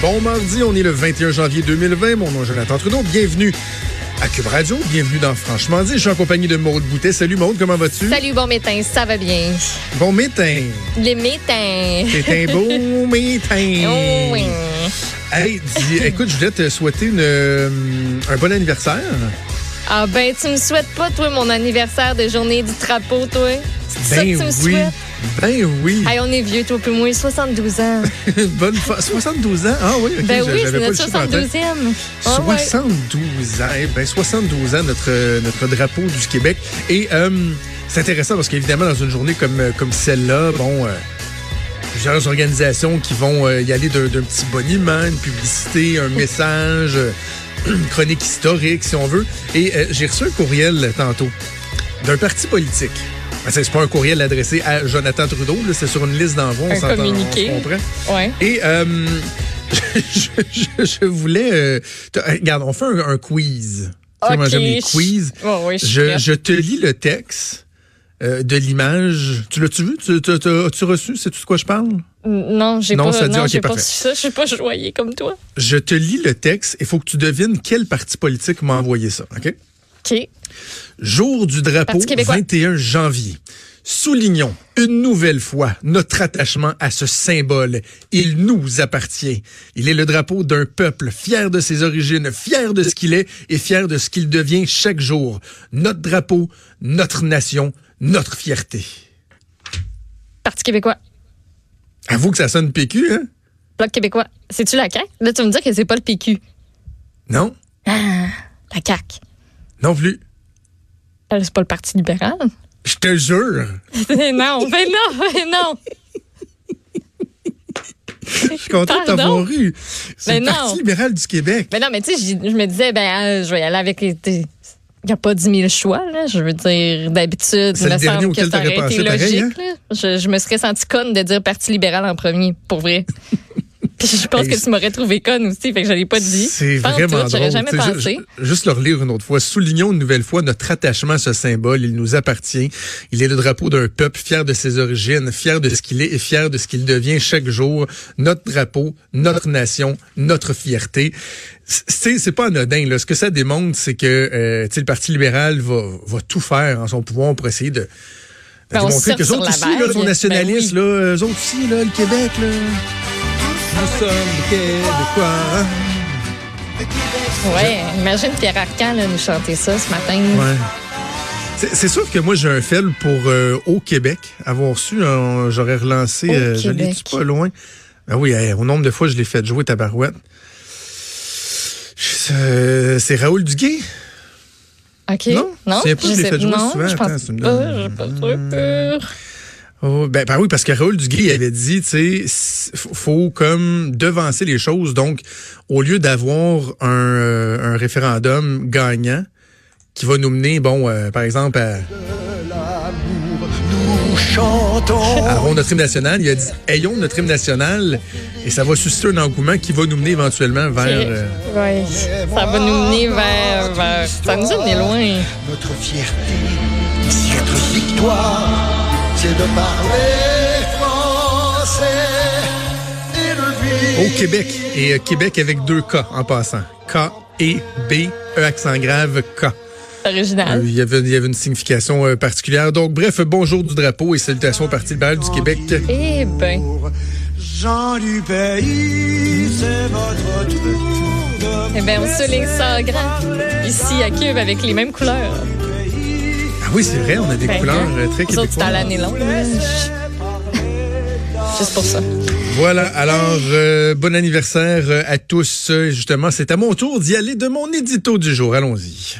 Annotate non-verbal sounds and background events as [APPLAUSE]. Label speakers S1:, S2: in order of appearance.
S1: Bon mardi, on est le 21 janvier 2020. Mon nom est Jonathan Trudeau. Bienvenue à Cube Radio. Bienvenue dans Franchement dit. Je suis en compagnie de Maude Boutet. Salut Maude, comment vas-tu?
S2: Salut, bon matin, ça va bien.
S1: Bon métin.
S2: Les métins.
S1: C'est un
S2: [LAUGHS]
S1: beau métin.
S2: Oh oui.
S1: Hey, dis- écoute, je voulais te souhaiter une, euh, un bon anniversaire.
S2: Ah ben, tu me souhaites pas, toi, mon anniversaire de journée du trapeau, toi? C'est ça que tu me
S1: Ben oui.
S2: souhaites?
S1: Ben oui.
S2: Hey, on est vieux, toi, puis moi, 72 ans.
S1: [LAUGHS] Bonne fa- 72 ans. Ah oui, ok, j'a-
S2: ben oui, c'est
S1: j'avais pas
S2: notre
S1: le chiffre en tête.
S2: 72e. Ah ouais.
S1: 72 ans. Eh ben, 72 ans, notre, notre drapeau du Québec. Et euh, c'est intéressant parce qu'évidemment, dans une journée comme, comme celle-là, bon, euh, plusieurs organisations qui vont euh, y aller d'un d'un petit boniment, une publicité,
S2: Oh.
S1: un message, euh, [CLEARS THROAT] une chronique historique, si on veut. Et euh, j'ai reçu un courriel tantôt d'un parti politique. Ben, c'est c'est pas un courriel adressé à Jonathan Trudeau, là, c'est sur une liste d'envoi, on
S2: Un
S1: s'entend, on se
S2: communiqué.
S1: comprend.
S2: Ouais.
S1: Et euh, [LAUGHS] je, je- je voulais. euh, te- regarde, on fait un, un quiz. Tu sais, moi,
S2: Ok,
S1: j'aime les
S2: je-
S1: quiz.
S2: Ouais, ouais, je suis
S1: Je,
S2: prête.
S1: je te lis le texte euh, de l'image. Tu l'as-tu vu? Tu, tu- tu- as-tu reçu? Sais-tu de quoi je parle?
S2: Non, j'ai
S1: Non,
S2: pas,
S1: ça dit,
S2: non,
S1: ok,
S2: j'ai pas
S1: parfait.
S2: su ça. Je suis pas joyeux comme toi.
S1: Je te lis le texte et faut que tu devines quel parti politique m'a envoyé ça. OK?
S2: OK.
S1: Jour du drapeau,
S2: Parti québécois.
S1: 21 janvier. Soulignons une nouvelle fois notre attachement à ce symbole. Il nous appartient. Il est le drapeau d'un peuple fier de ses origines, fier de ce qu'il est et fier de ce qu'il devient chaque jour. Notre drapeau, notre nation, notre fierté.
S2: Parti québécois.
S1: Avoue que ça sonne PQ, hein?
S2: Bloc québécois. C'est-tu la CAQ? Là, tu vas me dire que c'est pas le PQ.
S1: Non?
S2: La CAQ.
S1: Non plus.
S2: Elle, C'est pas le Parti libéral? [LAUGHS]
S1: Je te jure.
S2: non, mais non, [LAUGHS] mais non.
S1: Je suis content de
S2: Pardon?
S1: t'avoir eu. C'est
S2: Mais
S1: le
S2: non.
S1: Parti libéral du Québec.
S2: Mais Ben non, mais tu sais, j'y- je me disais, ben, euh, je vais y aller avec les. Il n'y a pas 10 000 choix, là. Je veux dire, d'habitude,
S1: C'est
S2: il
S1: le
S2: me
S1: dernier
S2: semble
S1: auquel
S2: que ça aurait
S1: t'aurais
S2: été
S1: pensé, pareil, hein?
S2: logique, là. Je, je me serais senti conne de dire Parti libéral en premier, pour vrai. [LAUGHS] Puis je pense
S1: Hey,
S2: que tu m'aurais trouvé conne aussi, fait que je l'ai pas dit.
S1: C'est
S2: Pas en
S1: vraiment
S2: tout,
S1: drôle.
S2: J'aurais jamais
S1: Tu sais,
S2: pensé.
S1: ju- ju- juste le relire une autre fois. Soulignons une nouvelle fois notre attachement à ce symbole. Il nous appartient. Il est le drapeau d'un peuple fier de ses origines, fier de ce qu'il est et fier de ce qu'il devient chaque jour. Notre drapeau, notre nation, notre fierté. C- C'est c'est pas anodin. Là. Ce que ça démontre, c'est que euh, tu sais, le Parti libéral va, va tout faire en son pouvoir pour essayer de, de
S2: Ben, on
S1: démontrer
S2: surfe
S1: que eux
S2: sur
S1: autres
S2: la
S1: aussi, là,
S2: vague.
S1: sont
S2: Ben
S1: nationalistes,
S2: oui.
S1: là, eux autres aussi, là, le Québec. Là. Nous sommes Québécois.
S2: Ouais, imagine Pierre Arcan, là, nous chanter ça ce matin.
S1: Ouais. [LAUGHS] C'est c'est sûr que moi, j'ai un faible pour euh, Au Québec. Avoir su, hein, j'aurais relancé.
S2: Au
S1: euh, je
S2: Québec.
S1: l'ai pas loin. Ben oui, hey, au nombre de fois, je l'ai fait jouer Tabarouette. Je- euh, C'est Raoul Duguay?
S2: OK?
S1: Non, c'est pas- je l'ai fait jouer
S2: non,
S1: souvent.
S2: je
S1: Attends,
S2: pense
S1: tu me
S2: pas.
S1: donnes-
S2: J'ai pas le truc.
S1: Oh, ben, ben oui, parce que Raoul Duguay avait dit, tu sais, s- f- faut comme devancer les choses. Donc, au lieu d'avoir un, euh, un référendum gagnant qui va nous mener, bon, euh, par exemple, à,
S3: Nous chantons.
S2: Ah
S1: Alors, notre hymne national, il a dit ayons notre hymne national et ça va susciter un engouement qui va nous mener éventuellement vers. euh,
S2: Ouais. Ça va nous mener vers, vers- Ça nous a mené loin.
S3: Notre fierté, notre victoire, c'est de parler français et de vivre.
S1: au Québec. Et euh, Québec avec deux K en passant. K et B, E accent grave, K.
S2: C'est original.
S1: Euh, Il y avait, il y avait une signification euh, particulière. Donc, bref, bonjour du drapeau et salutations au Parti libéral du Québec. Ah
S2: Eh ben,
S3: Jean du pays, c'est votre tour de
S2: eh ben, on souligne ça en grand ici à Cube avec les mêmes couleurs.
S1: Ah oui, c'est vrai, on a des
S2: Ben,
S1: couleurs euh, très
S2: Les autres, c'est à
S1: québécoises.
S2: l'année longue. là. Juste pour ça.
S1: Voilà, alors, euh, bon anniversaire euh, à tous. Euh, Justement, c'est à mon tour d'y aller de mon édito du jour. Allons-y.